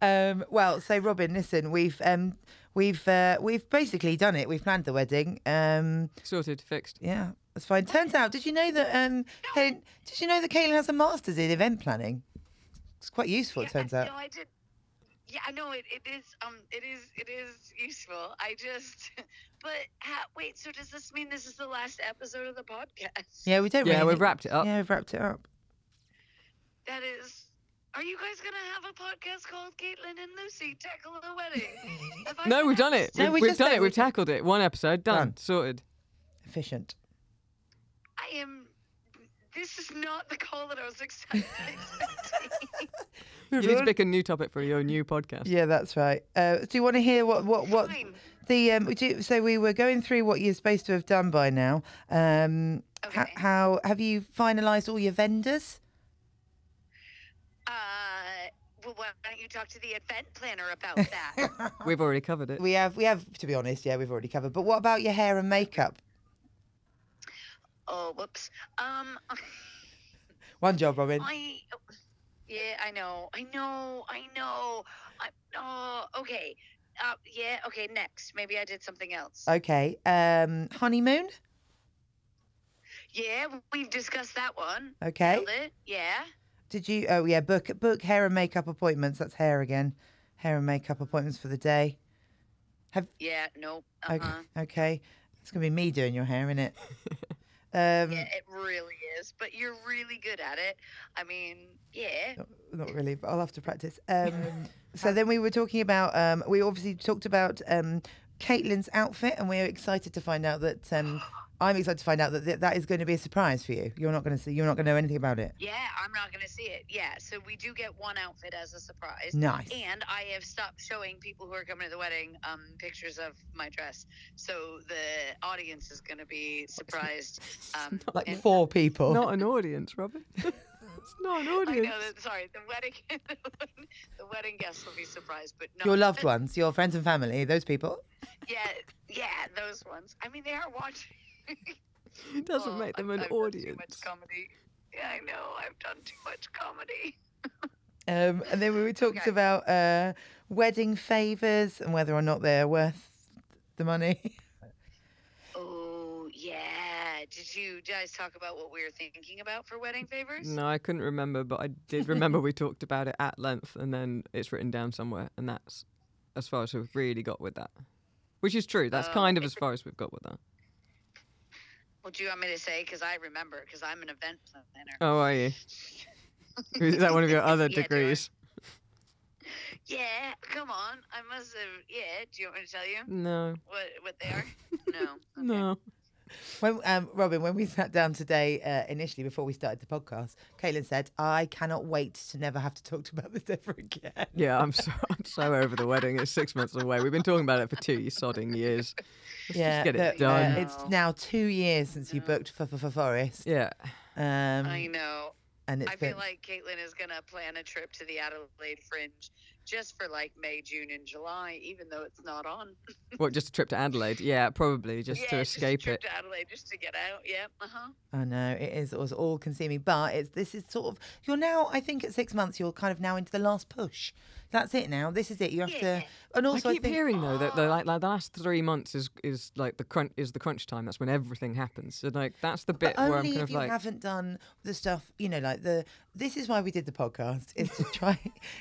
um, well, so Robin, listen, we've um, we've uh, we've basically done it. We've planned the wedding. Um, Sorted, fixed. yeah, that's fine. Turns out, did you know that? Um, Caitlin, did you know that Caitlin has a master's in event planning? It's quite useful. It Yeah, turns out. No, I did. Yeah, I know it, it is. Um, it is. It is useful. I just, but ha, wait. So does this mean this is the last episode of the podcast? Yeah, we don't. Yeah, really we've need- wrapped it up. Yeah, we've wrapped it up. That is. Are you guys gonna have a podcast called Caitlin and Lucy Tackle the Wedding? Have I No, we've done it. announced- No, we've we we've just done said it. we We've did- tackled it. One episode done, Done. sorted. Efficient. I am. This is not the call that I was excited. expecting. You need to pick a new topic for your new podcast. Yeah, that's right. Uh, do you want to hear what what what Fine. the um? Do you- so we were going through what you're supposed to have done by now. Um, h- Okay. how have you finalised all your vendors? uh, well, why don't you talk to the event planner about that? We've already covered it. We have we have to be honest. Yeah, we've already covered. But what about your hair and makeup? oh, whoops. Um. One job, Robin. I, yeah, I know, I know, I know. I, oh, okay. Uh, yeah, okay. Next, maybe I did something else. Okay. Um, honeymoon. yeah, we've discussed that one. Okay. Nailed it. Yeah. Did you? Oh yeah. Book book hair and makeup appointments. That's hair again. Hair and makeup appointments for the day. Yeah. Nope. Uh-huh. Okay. Okay. It's gonna be me doing your hair, isn't it? Um, Yeah, it really is. But you're really good at it. I mean, yeah. Not really, but I'll have to practice. Um, So then we were talking about, um, we obviously talked about um, Caitlin's outfit, and we're excited to find out that. Um, I'm excited to find out that th- that is going to be a surprise for you. You're not going to see. You're not going to know anything about it. Yeah, I'm not going to see it. Yeah, so we do get one outfit as a surprise. Nice. And I have stopped showing people who are coming to the wedding um, pictures of my dress. So the audience is going to be surprised. Um, Like and- four people. Not an audience, Robin. it's not an I audience. know that, sorry, the wedding, the wedding guests will be surprised, but not your loved ones, your friends and family, those people. Yeah, yeah, those ones. I mean, they are watching. It doesn't Oh, make them I've- an I've done audience. Too much comedy. Yeah, I know. I've done too much comedy. Um, and then we were talked Okay. about uh, wedding favors and whether or not they're worth the money. Oh yeah. Did you guys talk about what we were thinking about for wedding favors? No, I couldn't remember, but I did remember we talked about it at length, and then it's written down somewhere, and that's as far as we've really got with that. Which is true. That's Oh, kind of as far as we've got with that. Well, do you want me to say? Because I remember. Because I'm an event planner. Oh, are you? Is that one of your other Yeah, do I? degrees? Yeah. Come on. I must have. Yeah. Do you want me to tell you No, what what they are? no. Okay. no. When um, Robin, when we sat down today, uh, initially before we started the podcast, Caitlin said, "I cannot wait to never have to talk about this ever again." Yeah, I'm so I'm so over the wedding. It's six months away. We've been talking about it for two sodding years. Let's just get that, it uh, done. it- it's now two years since you No. booked for, for, for Forest, yeah, um, I know. and it's I been feel like Caitlin is gonna plan a trip to the Adelaide Fringe just for like May, June, and July, even though it's not on. what? Just a trip to Adelaide? Yeah, probably just yeah, to escape just a trip it. To Adelaide, just to get out. Yeah. Uh huh. I know it is it was all-consuming, but it's this is sort of you're now. I think at six months, you're kind of now into the last push. That's it now. This is it. You have to, Yeah. and also I keep think, hearing though that the, like, like the last three months is is like the crunch is the crunch time. That's when everything happens. So like that's the bit But only where I'm kind if of you like, haven't done the stuff, you know, like the. This is why we did the podcast is to try,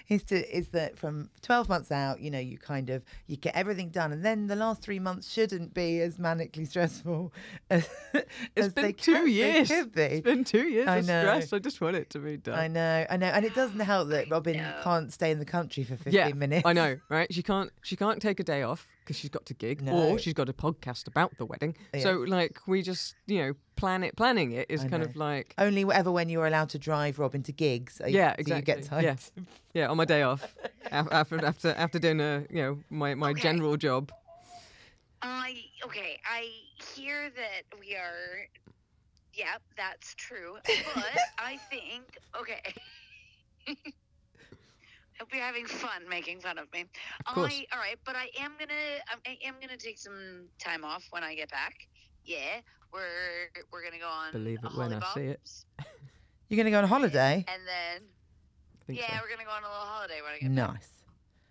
is to is that from twelve months out, you know, you kind of you get everything done, and then the last three months shouldn't be as manically stressful as, it's as been they two can- they years. could be. It's been two years I of know. stress. I just want it to be I done. know, I know, and it doesn't help that Robin know. can't stay in the country for fifteen yeah, minutes. I know, right? She can't she can't take a day off because she's got to gig No. or she's got a podcast about the wedding. So like we just you know plan it. Planning it is I kind know. of like Only ever when you're allowed to drive Robin to gigs. uh, Yeah, So you get time. exactly. Yeah. yeah on my day off af- after after after doing a you know my my Okay. general job. I okay. I hear that we are. Yep, that's true. But I think okay. Hope you're having fun making fun of me. Of course. I all right, but I am gonna I- I am gonna take some time off when I get back. Yeah, we're we're gonna go on. Believe a it when I holly see it. bobs, You're going to go on holiday? And then I think yeah, so. we're gonna go on a little holiday when I get back. Nice.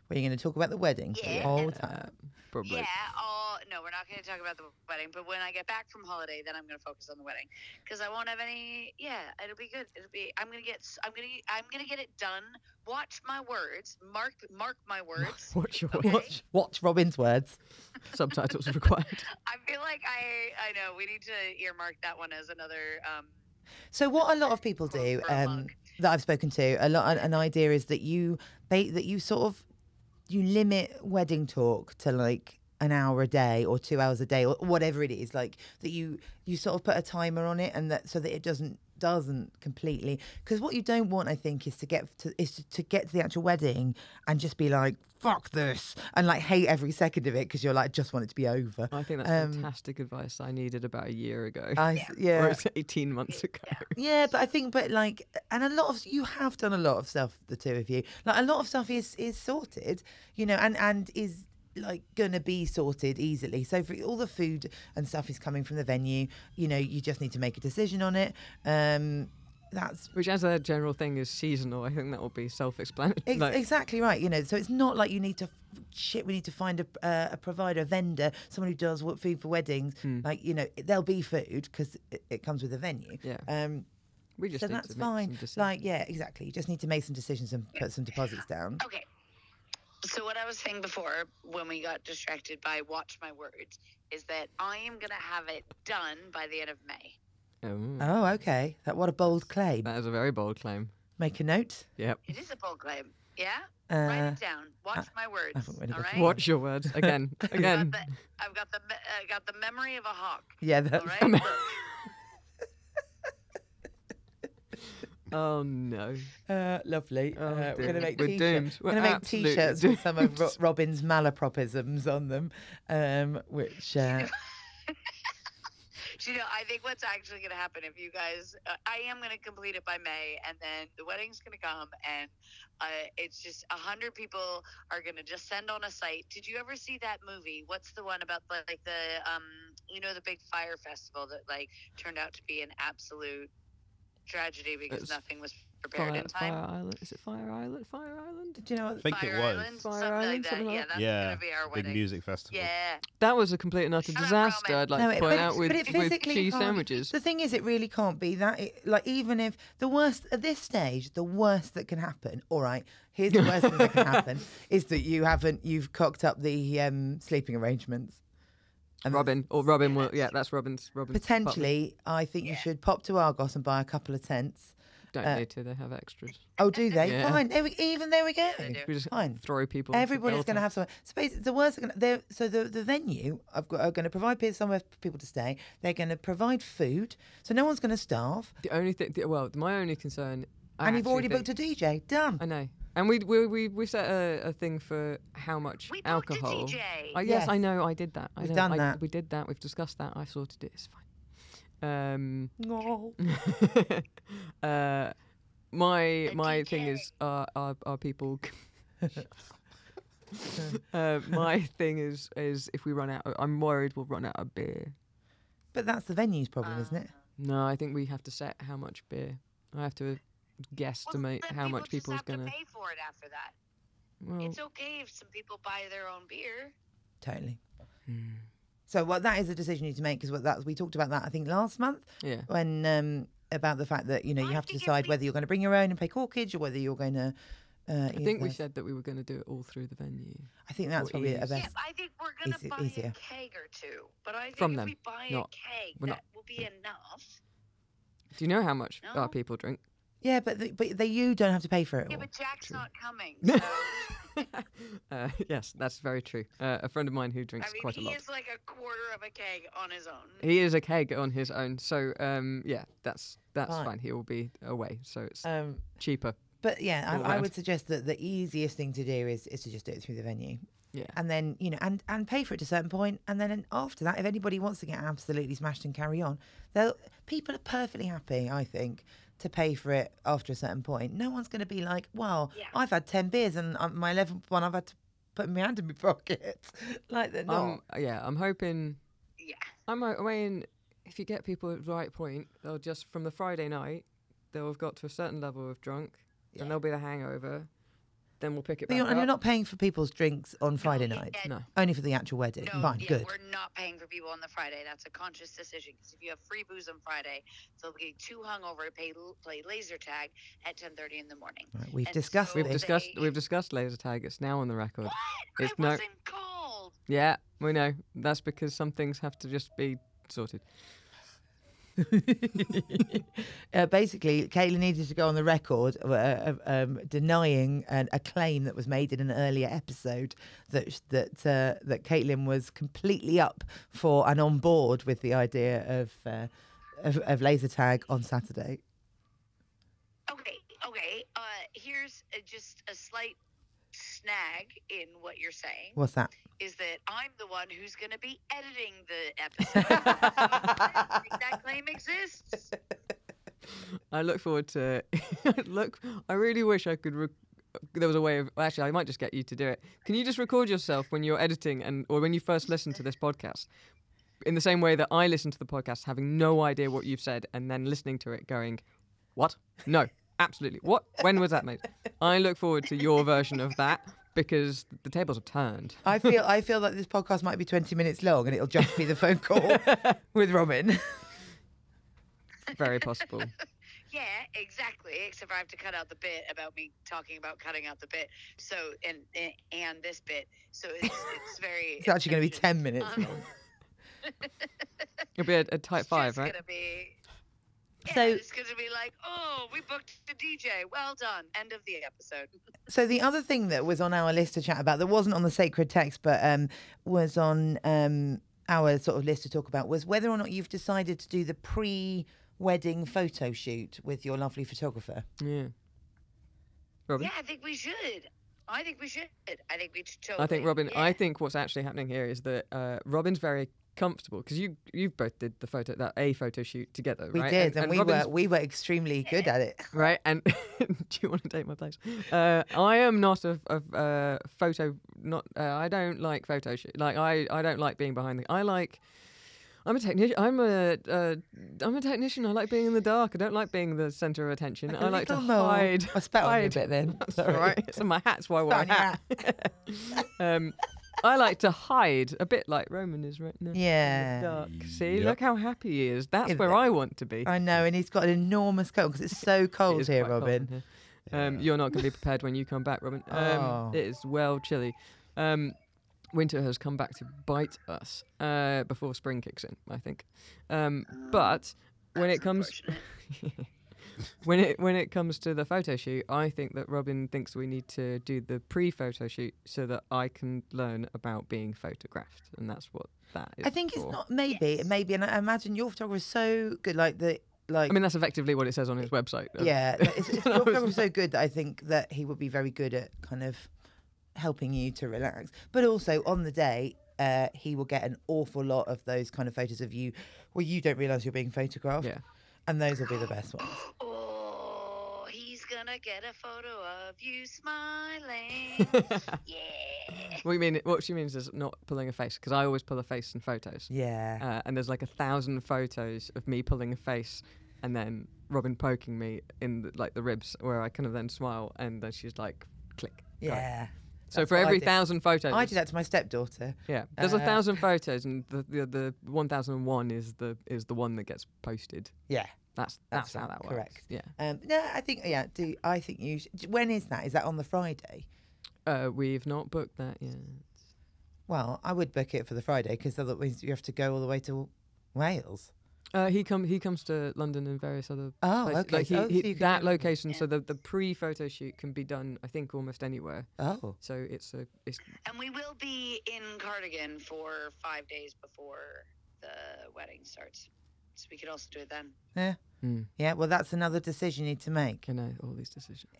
Where you're going to talk about the wedding the Yeah. whole time. Uh, probably. Yeah, I'll, no, we're not going to talk about the wedding. But when I get back from holiday, then I'm going to focus on the wedding because I won't have any. Yeah, it'll be good. It'll be. I'm going to get. s- I'm going to. I'm going to get it done. Watch my words. Mark. Mark my words. Watch your Okay. watch. Watch Robin's words. Subtitles required. I feel like I. I know we need to earmark that one as another. Um, So what a lot of people do Quote um, prologue. that I've spoken to, a lot an idea is that you ba- that you sort of you limit wedding talk to like an hour a day or two hours a day or whatever it is like that you you sort of put a timer on it and that so that it doesn't doesn't completely because what you don't want i think is to get to is to, to get to the actual wedding and just be like fuck this and like hate every second of it because you're like just want it to be over I think that's Um, fantastic advice I needed about a year ago. I, yeah, Or it's 18 months ago. Yeah, but I think, but like, and a lot of you have done a lot of stuff, the two of you. Like, a lot of stuff is is sorted, you know, and and is like gonna be sorted easily. So for all the food and stuff is coming from the venue. You know, you just need to make a decision on it. Um, that's Which, as a general thing, is seasonal. I think that will be self explanatory. Ex- exactly right. You know, so it's not like you need to f- shit. We need to find a uh, a provider, a vendor, someone who does what food for weddings. Like you know, there'll be food because it, it comes with a venue. Yeah. Um, we just so need that's to make some fine. decisions. Like, yeah, exactly. You just need to make some decisions and put some deposits down. okay. So what I was saying before, when we got distracted by watch my words, is that I am going to have it done by the end of May. Oh, Oh, okay. That what a bold claim. that is a very bold claim. Make a note. Yep. It is a bold claim. Yeah? Write Uh, it down. Watch my words. I haven't really all got right? Hey. Watch your words again, I've again. got, the, I've got the me- I got the memory of a hawk. yeah, All Uh, that's right. Look, oh no! uh, lovely. Oh, uh, we're gonna dear. make We're t-shirts. doomed. We're We're gonna make absolutely t-shirts with some of Ro- doomed. Robin's malapropisms on them, um, which uh, Do you know, I think what's actually going to happen if you guys, uh, I am going to complete it by May, and then the wedding's going to come, and uh, it's just a hundred people are going to just send on a site. Did you ever see that movie? What's the one about the, like the um, you know, the big fire festival that like turned out to be an absolute tragedy because It's nothing was prepared Fire, in time. Fire Island. Is it Fire Island? Fire Island. do you know what? I think Fire it was. Island, Fire something Island, like that. something like yeah, that. that's Yeah, going to be our Big wedding. music festival. Yeah. That was a complete and utter Shut up, disaster. Roman. I'd like No, to it- point but out it's- with, but it with physically cheese can't- sandwiches. The thing is, it really can't be that. It, like, even if the worst at this stage, the worst that can happen. All right, here's the worst thing that can happen is that you haven't you've cocked up the um, sleeping arrangements. And that's- Robin or Robin will. Yeah, that's Robin's. Robin's butler. Potentially, I think you should pop to Argos and buy a couple of tents. Don't uh, need to. They have extras. Oh, do they? Yeah. Fine. There we, even there we go. do. We just Fine. throw people. into Everybody's going to Belfast. have somewhere. So basically, the worst. Are gonna, they're- so the the venue I've got are going to provide people somewhere for people to stay. They're going to provide food, so no one's going to starve. The only thing. The, well, my only concern. I and you've actually already think, booked a DJ. Done. I know. And we we we, we set a, a thing for how much We booked a alcohol. DJ. Oh, yes, I Yes. know. I did that. I We've know, done I- that. We did that. We've discussed that. I sorted it. It's fine. Um, No. uh, my A my thing DJ. is are are, are people. uh, my thing is is if we run out, I'm worried we'll run out of beer. But that's the venue's problem, isn't it? No, I think we have to set how much beer. I have to guesstimate then how much people people's just have gonna. Oh. to pay for it after that. Well, It's okay if some people buy their own beer. Ah. Totally. Hmm. So, well, that is a decision you need to make because that's we talked about that I think last month yeah. when um, about the fact that you know you I have to think if decide we- whether you're going to bring your own and pay corkage or whether you're going to. Uh, I think we said that we were going to do it all through the venue. I think that's or probably a ease. best. Yeah, I think we're gonna Easy- buy easier. a keg or two, but I think From if them, we buy not- a keg, we're that not- will be enough. Do you know how much No. our people drink? Yeah, but the, but they, you don't have to pay for it. Yeah, all. but Jack's not coming. So, I uh, yes, that's very true. Uh, a friend of mine who drinks mean, quite a he lot. is like a quarter of a keg on his own. He is a keg on his own, so um, yeah, that's that's Fine. fine. He will be away, so it's Um, cheaper. but yeah, All I, I round. would suggest that the easiest thing to do is is to just do it through the venue. Yeah. and then you know and and pay for it to a certain point and then after that if anybody wants to get absolutely smashed and carry on they'll people are perfectly happy i think to pay for it after a certain point no one's going to be like well Yeah. i've had 10 beers and um, my 11th one i've had to put my hand in my pocket like they're not Um, yeah, I'm hoping. Yeah. I'm ho- hoping if you get people at the right point, they'll just from the Friday night, they'll have got to a certain level of drunk, Yeah. and there'll be the hangover. Then we'll pick But it back you're, and up. you're not paying for people's drinks on friday yeah, night yeah, no. only for the actual wedding No, fine yeah, good we're not paying for people on the Friday. That's a conscious decision because if you have free booze on Friday, they'll be too hungover to pay, play laser tag at 10:30 in the morning. right, we've and discussed so this We've discussed they- we've discussed laser tag. It's now on the record. What? It's I no- wasn't called. Yeah, we know. That's because some things have to just be sorted. uh, basically, Kayla needed to go on the record uh, uh, um, denying an, a claim that was made in an earlier episode that sh- that uh, that Caitlin was completely up for and on board with the idea of uh, of, of laser tag on Saturday. Okay, okay. Uh, here's uh just a slight snag in what you're saying What's that? is that I'm the one who's going to be editing the episode. I don't think that claim exists. I look forward to look. I really wish I could. Rec- there was a way of well, actually. I might just get you to do it. Can you just record yourself when you're editing and or when you first listen to this podcast, in the same way that I listen to the podcast, having no idea what you've said, and then listening to it, going, "What? No, absolutely. What? When was that made?" I look forward to your version of that because the tables have turned. I feel I feel that this podcast might be twenty minutes long and it'll just be the phone call with Robin. Very possible. Yeah, exactly. Except I have to cut out the bit about me talking about cutting out the bit. So and and- and this bit. So it's, it's very. It's actually going to be ten minutes. Um, long. It'll be a, a type it's five, just right? Gonna be, Yeah, So it's going to be like, oh, we booked the DJ. Well done. End of the episode. So the other thing that was on our list to chat about that wasn't on the sacred text, but um, was on um, our sort of list to talk about was whether or not you've decided to do the pre-wedding photo shoot with your lovely photographer. Yeah. Robin? Yeah, I think we should. I think we should. I think we should totally. I think Robin. I yeah. think what's actually happening here is that uh, Robin's very comfortable because you you both did the photo that a photo shoot together. We right? did, and, we Robin's- were we were extremely good at it. right. And do you want to take my place? Uh, I am not a, a uh, photo. Not uh, I don't like photo shoot. Like I I don't like being behind the. I like. I'm a technician. I'm a uh, I'm a technician. I like being in the dark. I don't like being the center of attention. I like to Little mole. hide. I spat on you a hide. bit then. That's all right. It's on my hats. Why I wear a Spat on your hat? um, I like to hide a bit, like Roman is right now. in the Yeah. dark. See, Yep. look how happy he is. That's Is where it? I want to be. I know, and he's got an enormous cold because it's so It cold is here, quite cold in Robin. here. Um, you're not going to be prepared when you come back, Robin. Um, Oh. It is well chilly. Um, winter has come back to bite us uh, before spring kicks in, I think. Um, but when That's it comes, unfortunate. when it when it comes to the photo shoot, I think that Robin thinks we need to do the pre-photo shoot so that I can learn about being photographed, and that's what that is. I think it's for. not maybe maybe, and I imagine your photographer is so good, like the like. I mean, that's effectively what it says on his website. uh, Yeah, like, it's, it's, And I your was program's so good that I think that he would be very good at kind of helping you to relax. But also on the day, uh, he will get an awful lot of those kind of photos of you where you don't realise you're being photographed. Yeah. And those will be the best ones. Oh, he's gonna get a photo of you smiling. yeah. What you mean? What she means is not pulling a face because I always pull a face in photos, Yeah. uh, and there's like a thousand photos of me pulling a face, and then Robin poking me in the, like the ribs where I kind of then smile, and then she's like, click. yeah. got it. So That's for what I every did. thousand photos, I do that to my stepdaughter. Yeah, there's a Uh, thousand photos, and the the, the one thousand and one is the is the one that gets posted. Yeah. That's that's, That's how right, that works. correct. Yeah. Um, no, I think yeah. Do I think you? Should, when is that? Is that on the Friday? Uh, we've not booked that yet. Well, I would book it for the Friday because that means you have to go all the way to Wales. Uh, he come he comes to London and various other Oh, places. okay. Like he, Oh, he- so you could that do- location, so the the pre photo shoot can be done, I think, almost anywhere. Oh, So it's a it's And we will be in Cardigan for five days before the wedding starts. So we could also do it then. yeah. Hmm. Yeah, well, that's another decision you need to make. can I all these decisions.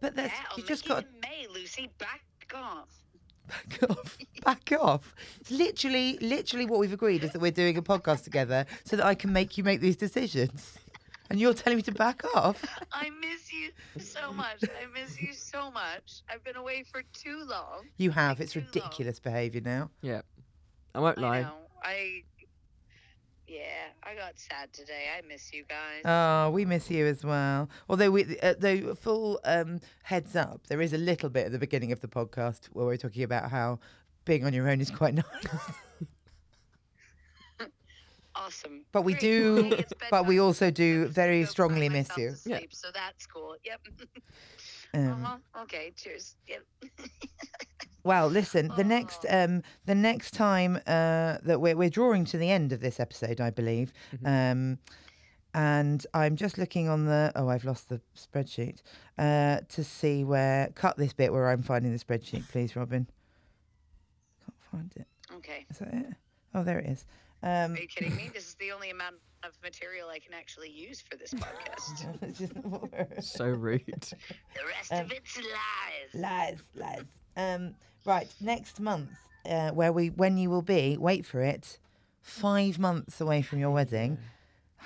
But that's yeah, I'll you make just it got in May, Lucy. Back off. to back off. Back off. It's literally, literally what we've agreed is that we're doing a podcast together so that I can make you make these decisions. And you're telling me to back off. I miss you so much. I miss you so much. I've been away for too long. You have. It's too long. ridiculous behaviour now. Yeah, I won't I lie. know. I. Yeah, I got sad today. I miss you guys. Oh, we miss you as well. Although, we, uh, though, full um, heads up, there is a little bit at the beginning of the podcast where we're talking about how being on your own is quite nice. awesome. But we Great. do- I think it's but we bedtime. also do I'm just very gonna go cry strongly miss myself you. to Yeah. sleep, So that's cool. Yep. Um, uh-huh. Okay. Cheers. Yep. Well, listen, the next um, the next time uh, that we're we're drawing to the end of this episode, I believe. Um, and I'm just looking on the oh, I've lost the spreadsheet uh, to see where cut this bit where I'm finding the spreadsheet, please, Robin. Can't find it. Okay. Is that it? Oh, there it is. Um, Are you kidding me? This is the only amount of material I can actually use for this podcast. it's just not where- So rude. the rest Um, of it's lies. lies, lies. Um, right, next month, uh, where we when you will be, wait for it, five months away from your wedding,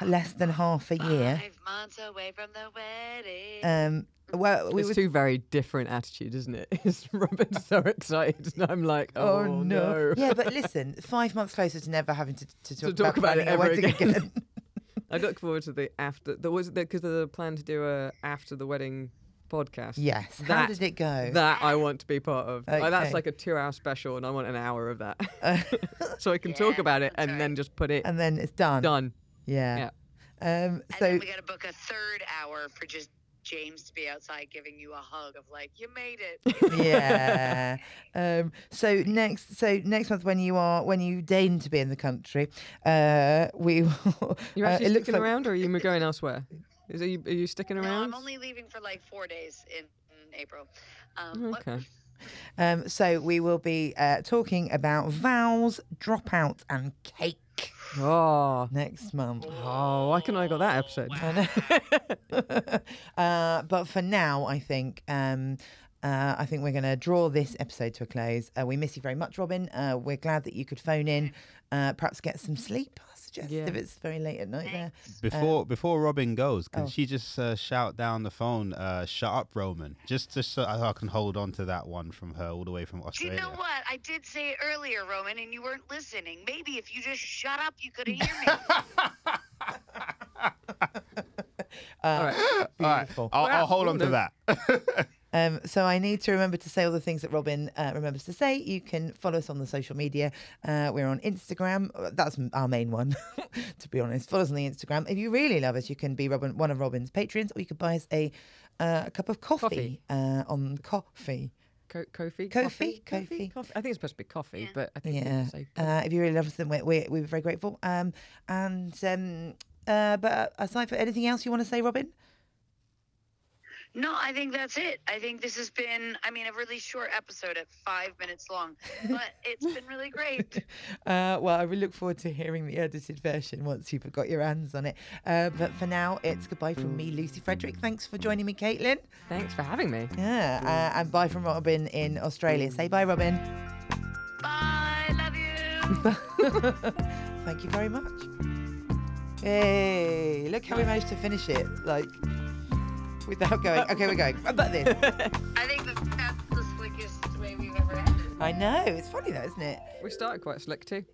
h- less than half a year. Five months away from the wedding. Um, well, we it's were, two very different attitudes, isn't it? It's Robin's so excited, and I'm like, oh, no. yeah, but listen, five months closer to never having to, to talk, talk about it planning a ever wedding again. I look forward to the after. There was because there's a plan to do a after the wedding podcast. yes, how That- did it go? That I want to be part of. Uh, Okay. that's like a two-hour special, and I want an hour of that, so I can talk Yeah, about it that's and right. then just put it and then it's done. done. Yeah. Um, and so then we got to book a third hour for just James to be outside giving you a hug of like, you made it. yeah. Um, so next, so next month when you are when you deign to be in the country, uh, we will. You're uh, actually it looks sticking like- around, or are you mo- going elsewhere? Is are you, are you sticking No, around? I'm only leaving for like four days in, in April. Um, what- Okay. Um, so we will be uh, talking about vows, dropout, and cake Oh, next month. oh, why couldn't I got that episode? I know. uh, but for now, I think um, uh, I think we're going to draw this episode to a close. Uh, we miss you very much, Robin. Uh, we're glad that you could phone in. Uh, perhaps get some sleep. I suggest Yeah. if it's very late at night there. Before before Robin goes, can oh. she just uh, shout down the phone, uh, "Shut up, Roman," just to so I can hold on to that one from her all the way from Do you Australia. know what? I did say it earlier, Roman, and you weren't listening. Maybe if you just shut up, you could hear me. All right. All right, I'll, I'll hold on to that. Um, so I need to remember to say all the things that Robin uh, remembers to say. You can follow us on the social media. Uh, we're on Instagram. Uh, That's m- our main one, to be honest. Follow us on the Instagram. If you really love us, you can be Robin, one of Robin's patrons, or you could buy us a, uh, a cup of coffee, Coffee. Uh, on coffee. Co- Kofi? Kofi, Kofi. Coffee? I think it's supposed to be coffee, but I think Yeah. people say Uh, if you really love us, then we're, we're, we're very grateful. Um, and um, uh, but uh, aside from anything else you want to say, Robin? No, I think that's it. I think this has been, I mean, a really short episode at five minutes long, but it's been really great. Uh, well, I really look forward to hearing the edited version once you've got your hands on it. Uh, but for now, it's goodbye from me, Lucy Frederick. Thanks for joining me, Caitlin. Thanks for having me. Yeah, uh, and bye from Robin in Australia. Say bye, Robin. Bye. Love you. Thank you very much. Hey, look how we managed to finish it, like without going. Okay, we're going. About this. I think that that's the slickest way we've ever had. it. I know. It's funny though, isn't it? We started quite slick too.